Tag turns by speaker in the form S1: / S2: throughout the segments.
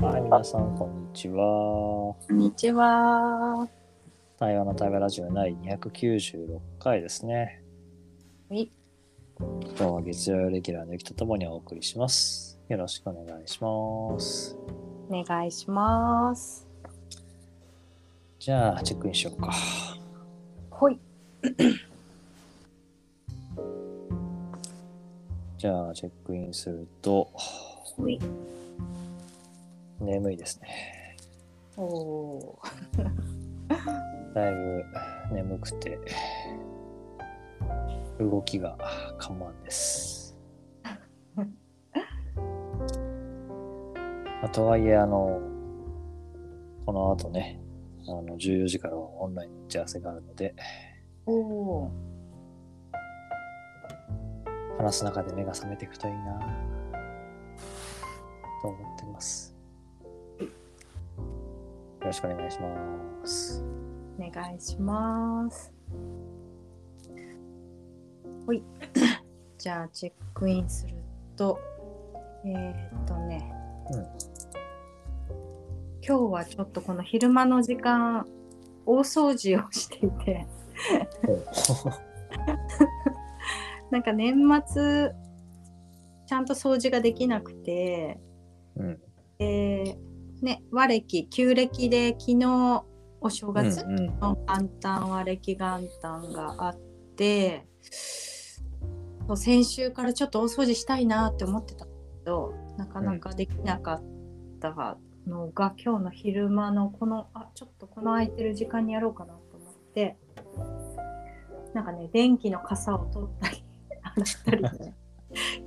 S1: はい、皆さん、こんにちは。
S2: こんにちは。
S1: 台湾の台湾ラジオ第296回ですね。
S2: はい。
S1: 今日は月曜レギュラーのゆきとともにお送りします。よろしくお願いします。
S2: お願いします。
S1: じゃあ、チェックインしようか。
S2: ほい。
S1: じゃあ、チェックインすると、
S2: ほい。
S1: 眠いですね。
S2: おおー。
S1: だいぶ眠くて、動きが緩慢です。まあとはいえ、あの、この後ね、あの14時からはオンラインの打ち合わせがあるので、
S2: おお。
S1: 話す中で目が覚めていくといいなと思ってます。よろしくお願いします。
S2: お願いします。ほ い。じゃあチェックインすると、えー、っとね、
S1: うん
S2: 今日はちょっとこの昼間の時間、大掃除をしていて、なんか年末ちゃんと掃除ができなくて。
S1: うん。
S2: えーね、和暦旧暦で昨日お正月
S1: うんうん
S2: の元旦和暦元旦があって、そう先週からちょっと大掃除したいなって思ってたけどなかなかできなかったのが、今日の昼間のこのあちょっとこの空いてる時間にやろうかなと思ってなんかね電気の傘を取ったり 洗ったりね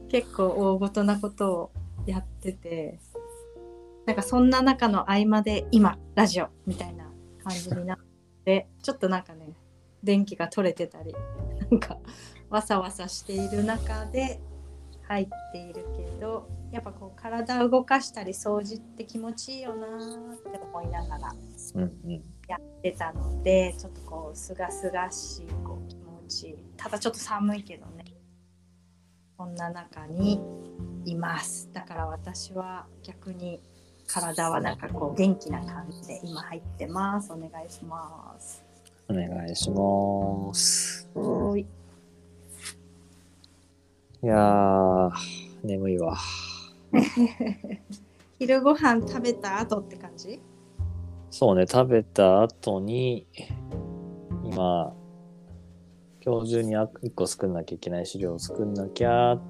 S2: 結構大ごとなことをやっててなんかそんな中の合間で今ラジオみたいな感じになってちょっとなんかね電気が取れてたりなんかわさわさしている中で入っているけどやっぱこう体を動かしたり掃除って気持ちいいよなーって思いながら
S1: うんうん。
S2: やってたのでちょっとこうすがすがしいこう気持ちいいただちょっと寒いけどねこんな中にいますだから私は逆に体はなんかこう元気な感じで今入ってますお願いします
S1: お願いします。
S2: はい
S1: いやー、眠いわ。
S2: 昼ご飯食べた後って感じ
S1: そうね、食べた後に、今、今日中にあ1個作んなきゃいけない資料を作んなきゃっ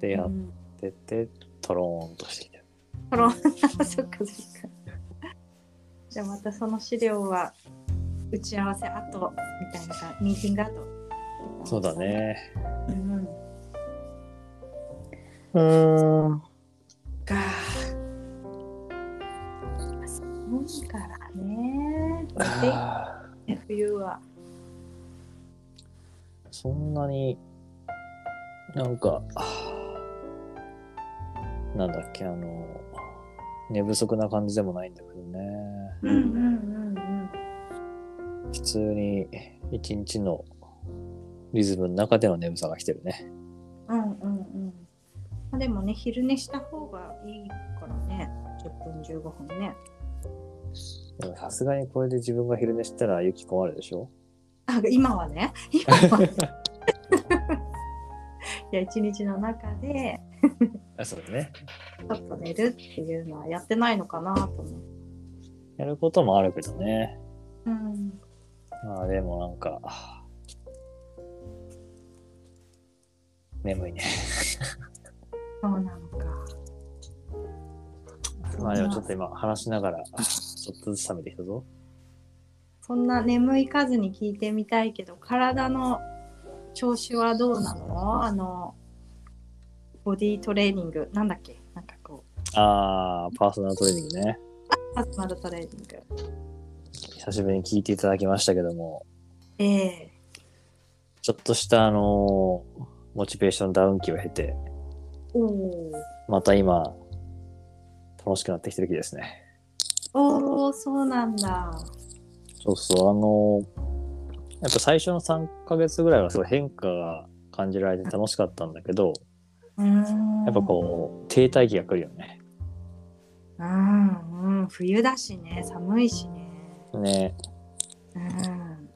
S1: てや
S2: う
S1: っ
S2: ん
S1: てて、トローンとしてきた。
S2: コロナそっかそっかじゃあまたその資料は打ち合わせ後みたいな感じミーティング後
S1: そうだ、ね。
S2: うん、
S1: うーん。
S2: か寒いからねで冬は
S1: そんなに、なんか、なんだっけ、あの、寝不足な感じでもないんだけどね。
S2: うんうんうん
S1: 普通に一日のリズムの中での眠さが来てるね。
S2: うんうんうんうんまあでもね昼寝した方がいいからね10分15分ね
S1: でもさすがにこれで自分が昼寝したら雪困るでしょ
S2: あ今はね 今はいや一日の中で
S1: あ、そうだね。
S2: ちょっと寝るっていうのはやってないのかなと思う。
S1: やることもあるけどね。
S2: うん、
S1: まあでもなんか、はあ眠いね。
S2: そうなのか。
S1: まあでもちょっと今話しながら、ちょっとずつ冷めてきたぞ。
S2: そんな眠い数に聞いてみたいけど、体の調子はどうなのあの、ボディトレーニング、なんだっけなんかこう、
S1: あー、パーソナルトレーニングね。
S2: パーソナルトレーニング。
S1: 久しぶりに聞いていただきましたけども、
S2: ええ
S1: ちょっとしたあのーモチベーションダウン期を経て、
S2: おおー。
S1: また今、楽しくなってきてる気ですね。
S2: おお、そうなんだ。
S1: そうそう、あのーやっぱ最初の3ヶ月ぐらいはすごい変化が感じられて楽しかったんだけど、
S2: うーん。
S1: やっぱこう、停滞期が来るよね。
S2: うんうん冬だしね寒いしね
S1: ね
S2: うん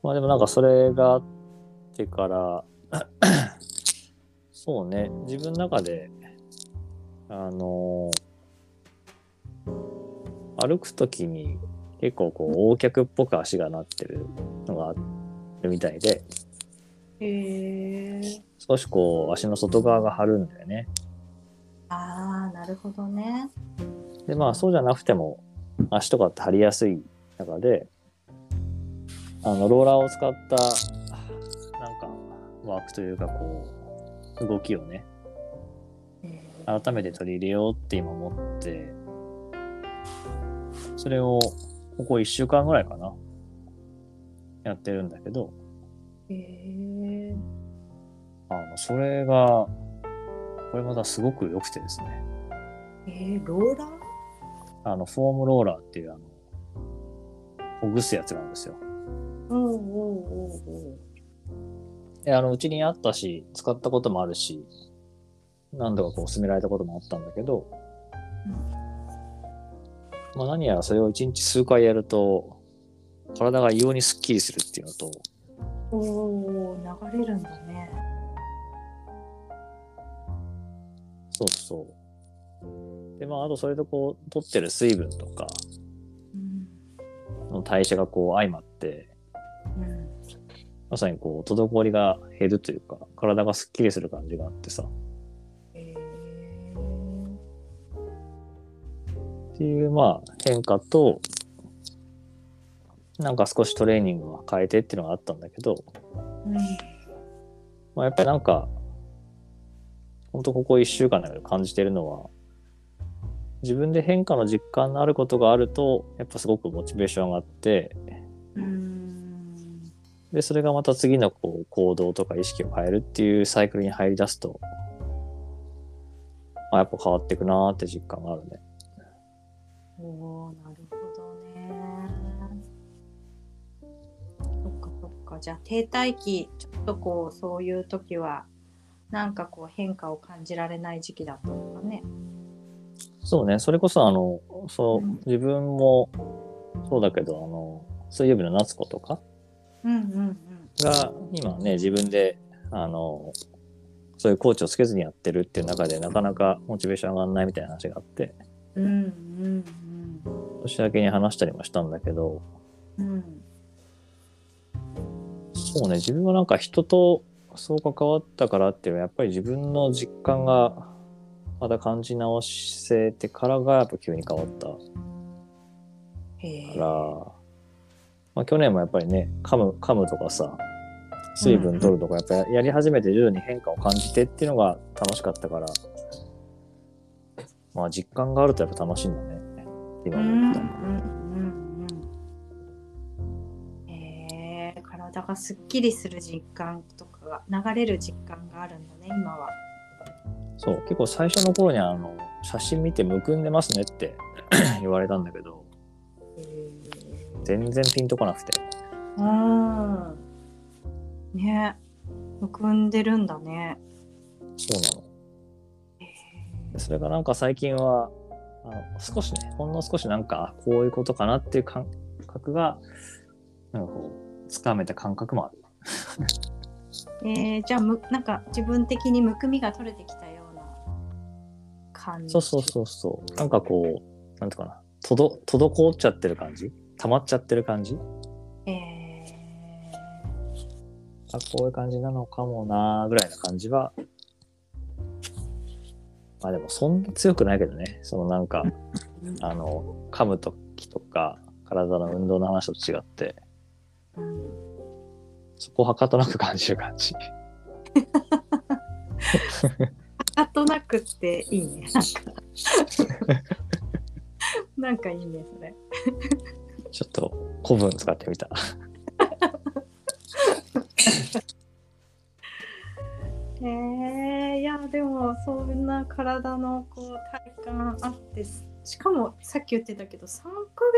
S1: まあでもなんかそれがあってから そうね自分の中であの歩く時に結構こう横脚っぽく足がなってるのがあるみたいで
S2: へえ
S1: 少しこう足の外側が張るんだよね。
S2: ああなるほどね
S1: でまあそうじゃなくても足とかって張りやすい中であのローラーを使ったなんかワークというかこう動きをね
S2: うん
S1: 改めて取り入れようって今思ってそれをここ1週間ぐらいかなやってるんだけど
S2: へえ
S1: あのそれがこれまたすごく良くてですね
S2: えー、ローラー
S1: あのフォームローラーっていうあのほぐすやつなんですよ
S2: おうおうおうおう
S1: えあのうちにあったし使ったこともあるし何度かこう勧められたこともあったんだけど、
S2: うん
S1: まあ、何やらそれを一日数回やると体が異様にスッキリするっていうのと
S2: おー流れるんだね。
S1: そうそうでまああとそれとこう取ってる水分とか
S2: うん
S1: の代謝がこう相まって
S2: うん
S1: まさにこう滞りが減るというか体がスッキリする感じがあってさ
S2: え
S1: っていうまあ変化となんか少しトレーニングは変えてっていうのがあったんだけど、
S2: ーうん
S1: まあ、やっぱりなんかほんとここ1週間だけど感じてるのは自分で変化の実感のあることがあるとやっぱすごくモチベーション上がって
S2: うん
S1: でそれがまた次のこう行動とか意識を変えるっていうサイクルに入り出すと、まあ、やっぱ変わっていくなーって実感があるね。
S2: おーなるほどね。そっかそっかじゃあ停滞期ちょっとこうそういう時はなんかこう変化を感じられない時期だったのかね。
S1: そうね、それこそあの、そうう、
S2: ん
S1: 自分もそうだけど、あの、水曜日の夏子とか
S2: うんうん
S1: が、今ね、自分で、あの、そういうコーチをつけずにやってるっていう中で、なかなかモチベーション上がらないみたいな話があって、
S2: うんうんうん
S1: 年明けに話したりもしたんだけど、
S2: うんうん
S1: そうね、自分はなんか人とそう関わったからっていうのは、やっぱり自分の実感が、また感じ直せてからが、やっぱ急に変わった
S2: へえ
S1: から、まあ、去年もやっぱりね噛む噛むとかさ水分取るとかやっぱやり始めて徐々に変化を感じてっていうのが楽しかったからまあ実感があるとやっぱ楽しいんだねって今思った、
S2: へえ体がすっきりする実感とかが流れる実感があるんだね今は。
S1: そう結構最初の頃にあの写真見てむくんでますねって 言われたんだけど全然ピンとこなくて
S2: うんねむくんでるんだね。
S1: そうなのでそれがなんか最近はあの少しねほんの少しなんかあこういうことかなっていう感覚がなんかこうつかめた感覚もある
S2: えー、じゃあむなんか自分的にむくみが取れてきたような感じ。
S1: そうそうそうそうなんかこうなんていうかなとど滞っちゃってる感じ溜まっちゃってる感じ
S2: え
S1: あこういう感じなのかもなーぐらいな感じはまあでもそんな強くないけどねそのなんか
S2: ー
S1: あの噛む時とか体の運動の話と違って
S2: うん
S1: そこをはかとなく感じる感じ
S2: かとなくっていいねなんかなんかいいねそれ。
S1: ちょっと古文使ってみた。
S2: へえいやでもそんな体のこう体感あってしかもさっき言ってたけど3ヶ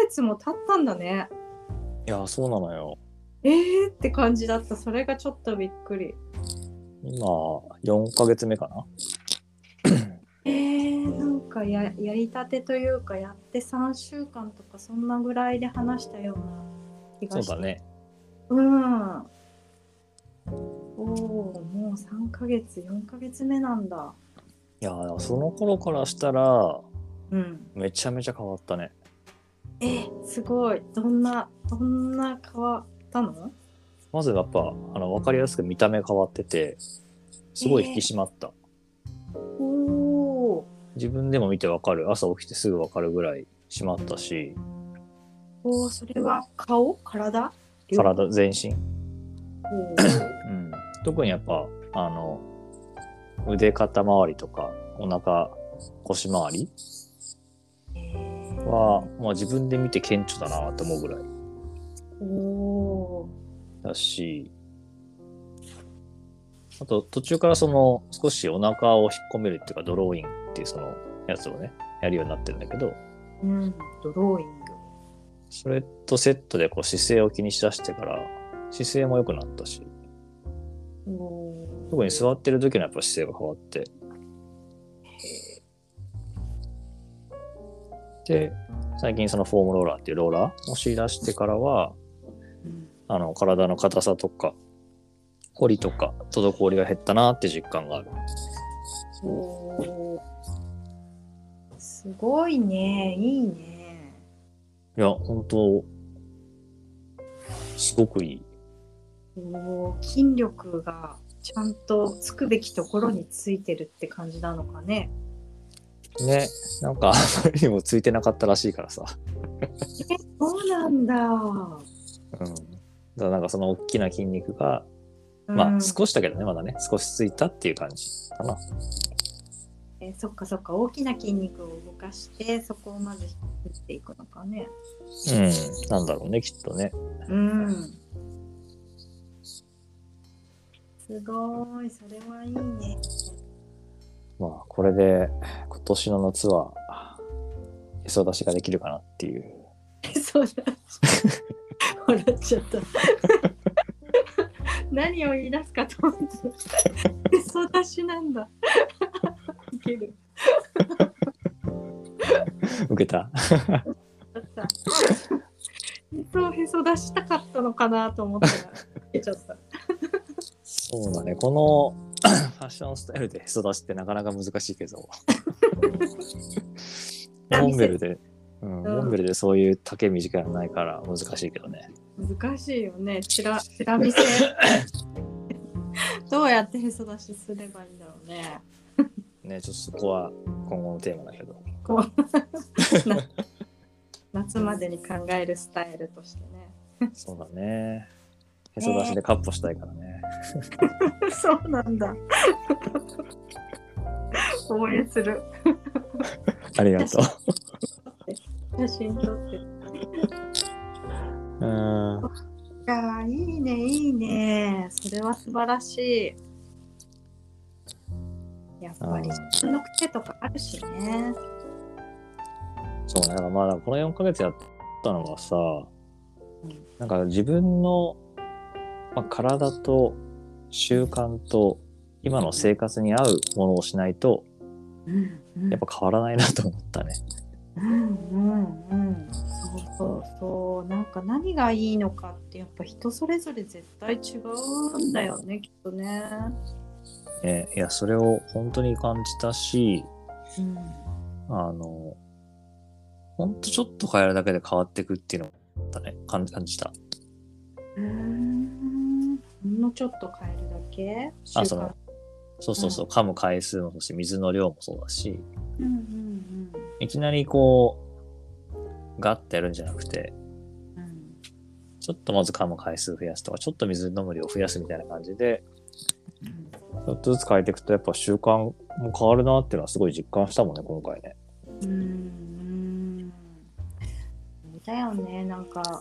S2: 月も経ったんだね
S1: いや、そうなのよ。
S2: えーって感じだったそれがちょっとびっくり
S1: 今、4ヶ月目かな。
S2: えー、なんかややりたてというかやって3週間とかそんなぐらいで話したような気
S1: そ
S2: が
S1: う
S2: して
S1: だね。
S2: うんおおもう3ヶ月4ヶ月目なんだ
S1: いやーその頃からしたら
S2: うん
S1: めちゃめちゃ変わったね。
S2: えすごいどんなどんな変わったの
S1: まずやっぱあの分かりやすく見た目変わっててすごい引き締まった、
S2: おお
S1: 自分でも見て分かる朝起きてすぐ分かるぐらい締まったし
S2: おーそれは顔体
S1: 体全身、
S2: おー
S1: うん、特にやっぱあの腕肩周りとかお腹腰周り
S2: えー
S1: は、まあ、自分で見て顕著だなと思うぐらい
S2: おお
S1: だしあと途中からその少しお腹を引っ込めるっていうかドローインっていうそのやつをねやるようになってるんだけど
S2: うんドローイング
S1: それとセットでこう姿勢を気にしだしてから姿勢も良くなったし特に座ってる時のやっぱ姿勢が変わってで最近そのフォームローラーっていうローラーを知り出してからはあの体の硬さとか凝りとか滞りが減ったなって実感がある
S2: おーすごいねいいね
S1: いや本当すごくいい
S2: おー筋力がちゃんとつくべきところについてるって感じなのかね
S1: ねなんかあまりにもついてなかったらしいからさ
S2: えそうなんだ、
S1: うんだからなんかその大きな筋肉が
S2: うん
S1: まあ少しだけどねまだね少しついたっていう感じかな
S2: えそっかそっか大きな筋肉を動かしてそこをまず引きっていくのかね
S1: うんなんだろうねきっとね
S2: うんすごいそれはいいね
S1: まあこれで今年の夏はへそ出しができるかなっていう
S2: そうだ。笑っちゃ った。何を言い出すかと 思って。嘘出しなんだ。いける。
S1: 受けた
S2: だった。そうへそ出したかったのかなと思ったら。出ちゃった。
S1: そうだねこのファッションスタイルでへそ出しってなかなか難しいけ どモンベルで、うん、
S2: うん
S1: モンベルでそういう丈短いのないから難しいけどね
S2: 難しいよね。ちら、ちら見せ。どうやってへそ出しすればいいんだろうね。
S1: ねちょっとそこは今後のテーマだけど
S2: こう。な 夏までに考えるスタイルとしてね。
S1: そうだねへそ出しでカッポしたいからね、
S2: そうなんだ。応援する。
S1: ありがとう
S2: 写真撮って。い
S1: うん
S2: やー、いいね、いいね。それは素晴らしい。やっぱり
S1: あー、
S2: 人の癖とかあるしね。
S1: そうね、だからまあ、この4ヶ月やったのがさ
S2: うん、
S1: なんか自分の、まあ、体と習慣と今の生活に合うものをしないと、
S2: うん、うん
S1: やっぱ変わらないなと思ったね。
S2: うん、うん、うん。そうそうそう。なんか何がいいのかって、やっぱ人それぞれ絶対違うんだよね、きっとね。
S1: ねいや、それを本当に感じたし、
S2: うん、
S1: あの、ほんとちょっと変えるだけで変わっていくっていうのをだね、感じ感じた。
S2: うーん。ほんのちょっと変えるだけ
S1: あそのそうそうそう、噛む回数もそうし、水の量もそうだし、
S2: うんうん
S1: いきなりこう、ガッてやるんじゃなくて、
S2: うんうん
S1: ちょっとまず噛む回数増やすとか、ちょっと水飲む量増やすみたいな感じで、ちょっとずつ変えていくと、やっぱ習慣も変わるなっていうのはすごい実感したもんね、今回ね。
S2: うんうんそうだよねなんか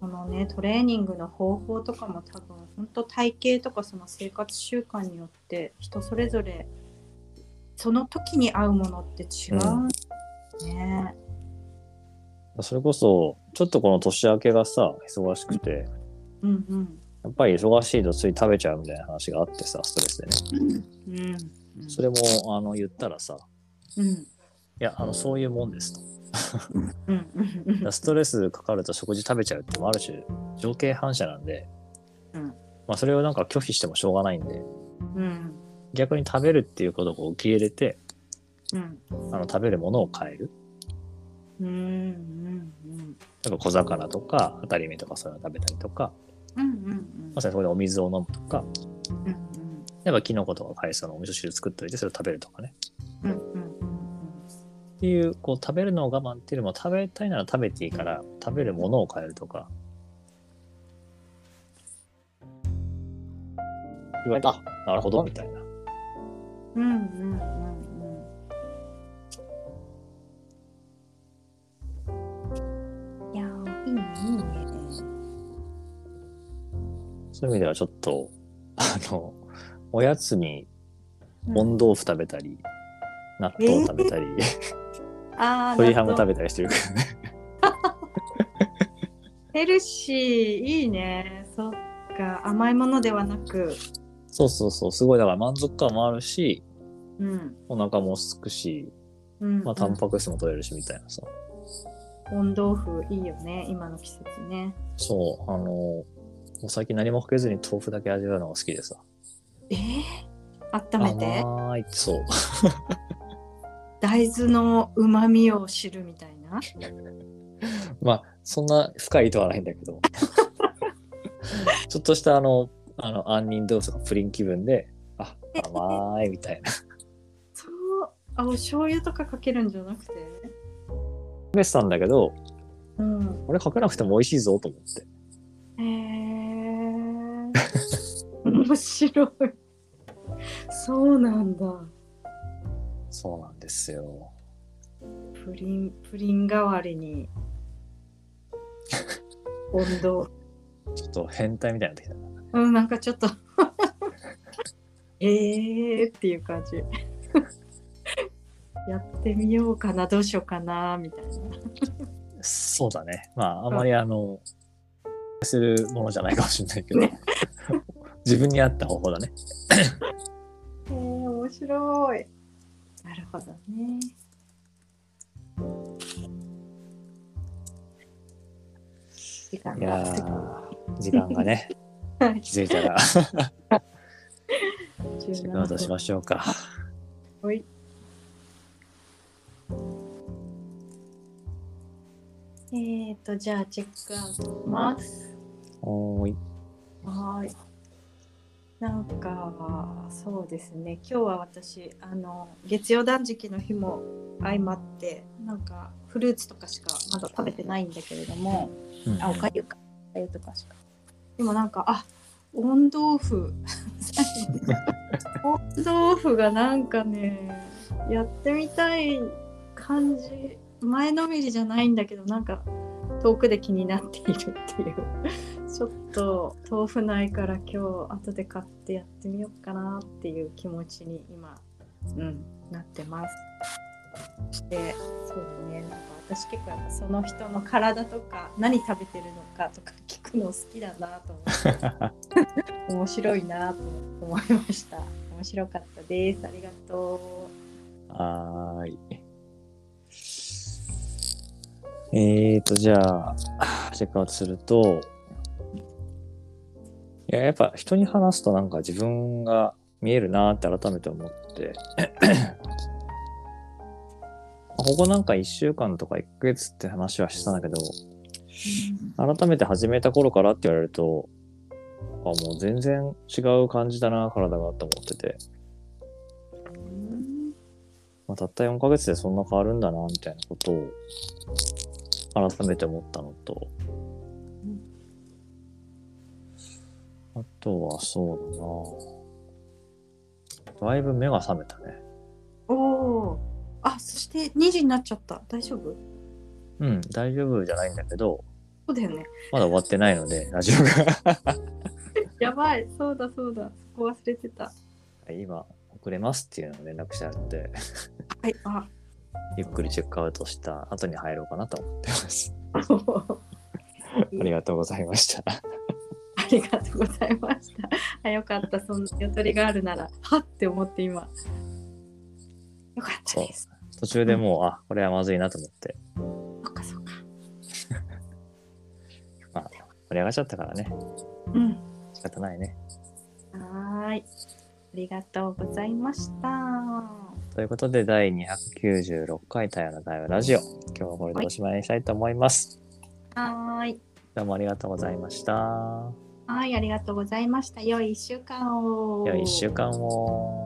S2: このねトレーニングの方法とかも多分本当体型とかその生活習慣によって人それぞれその時に合うものって違うんだね。
S1: それこそ、ちょっとこの年明けがさ、忙しくて、
S2: うんうん
S1: やっぱり忙しいとつい食べちゃうみたいな話があってさ、ストレスでね。
S2: うんうん
S1: それも、あの、言ったらさ、
S2: うん
S1: いや、あの、そういうもんですと。
S2: うんうん
S1: ストレスかかると食事食べちゃうって、ある種、情景反射なんで、
S2: うん
S1: まあ、それをなんか拒否してもしょうがないんで、
S2: うん
S1: 逆に食べるっていうことを受け入れて、
S2: うん
S1: あの、食べるものを変える。
S2: うんうんうん
S1: 例えば小魚とか、当たり目とかそういうの食べたりとか、
S2: うんうん
S1: まさにそこでお水を飲むとか、
S2: うんうん
S1: やっぱキノコとか海藻のお味噌汁作っといて、それを食べるとかね。
S2: うんうんうん
S1: っていう、こう、食べるのを我慢っていうよりも、食べたいなら食べていいから、食べるものを変えるとか。言われた。あなるほど、みたいな。
S2: うんうんうんうんいやーいいねいいね
S1: そういう意味ではちょっと、あの、おやつに
S2: うん
S1: 温豆腐食べたり、納豆食べたり、
S2: あー
S1: 鶏ハム
S2: 納
S1: 食
S2: 豆
S1: べたりしてるけどね。
S2: ヘルシーいいねそっか甘いものではなく
S1: そうそうそう、すごい、だから満足感もあるし、
S2: うん
S1: お腹もすくし、
S2: うん
S1: まあ、タンパク質も取れるし、みたいなさ。
S2: 温豆腐いいよね今の季節ね
S1: そう、あの、もう最近何もかけずに豆腐だけ味わうのが好きでさ。
S2: えー、温めて
S1: 甘いって、そう。
S2: 大豆のうまみを知るみたいな
S1: まあ、そんな深い意図はないんだけど。ちょっとしたあの、あの、杏仁豆腐とかプリン気分で、あ、甘いみたいな。
S2: そうあお醤油とかかけるんじゃなくて
S1: 食べてたんだけど、
S2: うん
S1: 俺かけなくても美味しいぞと思って。
S2: へえ面白いそうなんだ
S1: そうなんですよ。
S2: プリンプリン代わりに温度
S1: ちょっと変態みたいになってきたな。
S2: うんなんかちょっと えーっていう感じやってみようかなどうしようかなみたいな
S1: そうだね。まあ、あまりあの、するものじゃないかもしれないけど、 自分に合った方法だね。
S2: へえ面白いなるほどね時間
S1: いや
S2: が
S1: ー、時間が ね、
S2: はい
S1: 気づいたら、チェックアウトし
S2: 17
S1: ましょうか。
S2: 分はいえーとじゃあチェックアウトします
S1: おーい。
S2: はーいなんかそうですね今日は私あの月曜断食の日も相まってなんかフルーツとかしかまだ食べてないんだけれども、
S1: うん
S2: あ、おかゆか。おかゆとかしか。でもなんか、あ、温 豆腐。温豆腐がなんかね、やってみたい感じ。前のめりじゃないんだけど、なんか遠くで気になっているっていう。ちょっと豆腐ないから今日後で買ってやってみようかなっていう気持ちに今、うん、なってます。でそうだねなんか私結構やっぱその人の体とか何食べてるのかとか聞くの好きだなと思って面白いなと思いました面白かったですありがと
S1: はーい。えーと、じゃあ、チェックアウトすると、いや、やっぱ人に話すとなんか自分が見えるなーって改めて思って、 ここなんか1週間とか1ヶ月って話はしてたんだけど、改めて始めた頃からって言われると、あ、もう全然違う感じだな、体がって思ってて。
S2: う
S1: まあ、たった4ヶ月でそんな変わるんだな、みたいなことを改めて思ったのと、あとはそうだな。だいぶ目が覚めたね。
S2: おおあそして2時になっちゃった大丈夫
S1: うん、大丈夫じゃないんだけど、
S2: そうだよね
S1: まだ終わってないので、ラジオ が
S2: やばいそうだそうだそこ忘れてたは
S1: 今遅れますっていうのを連絡してあるので、
S2: いあ
S1: ゆっくりチェックアウトした後に入ろうかなと思ってます。 ありがとうございました。
S2: ありがとうございました。あよかった、そんなゆとりがあるなら、はっって思って今。よかったです。
S1: 途中でもう、あ、これはまずいなと思って、
S2: そっかそっか。
S1: まあ、盛り上がっちゃったからね、
S2: うん。
S1: 仕方ないね。
S2: はーい。ありがとうございました。
S1: ということで、第296回太陽の太陽ラジオ、今日はこれでおしまいにしたいと思います。
S2: はーい。
S1: どうもありがとうございました。
S2: はい、ありがとうございました。良い一週間を。
S1: 良い1週間を。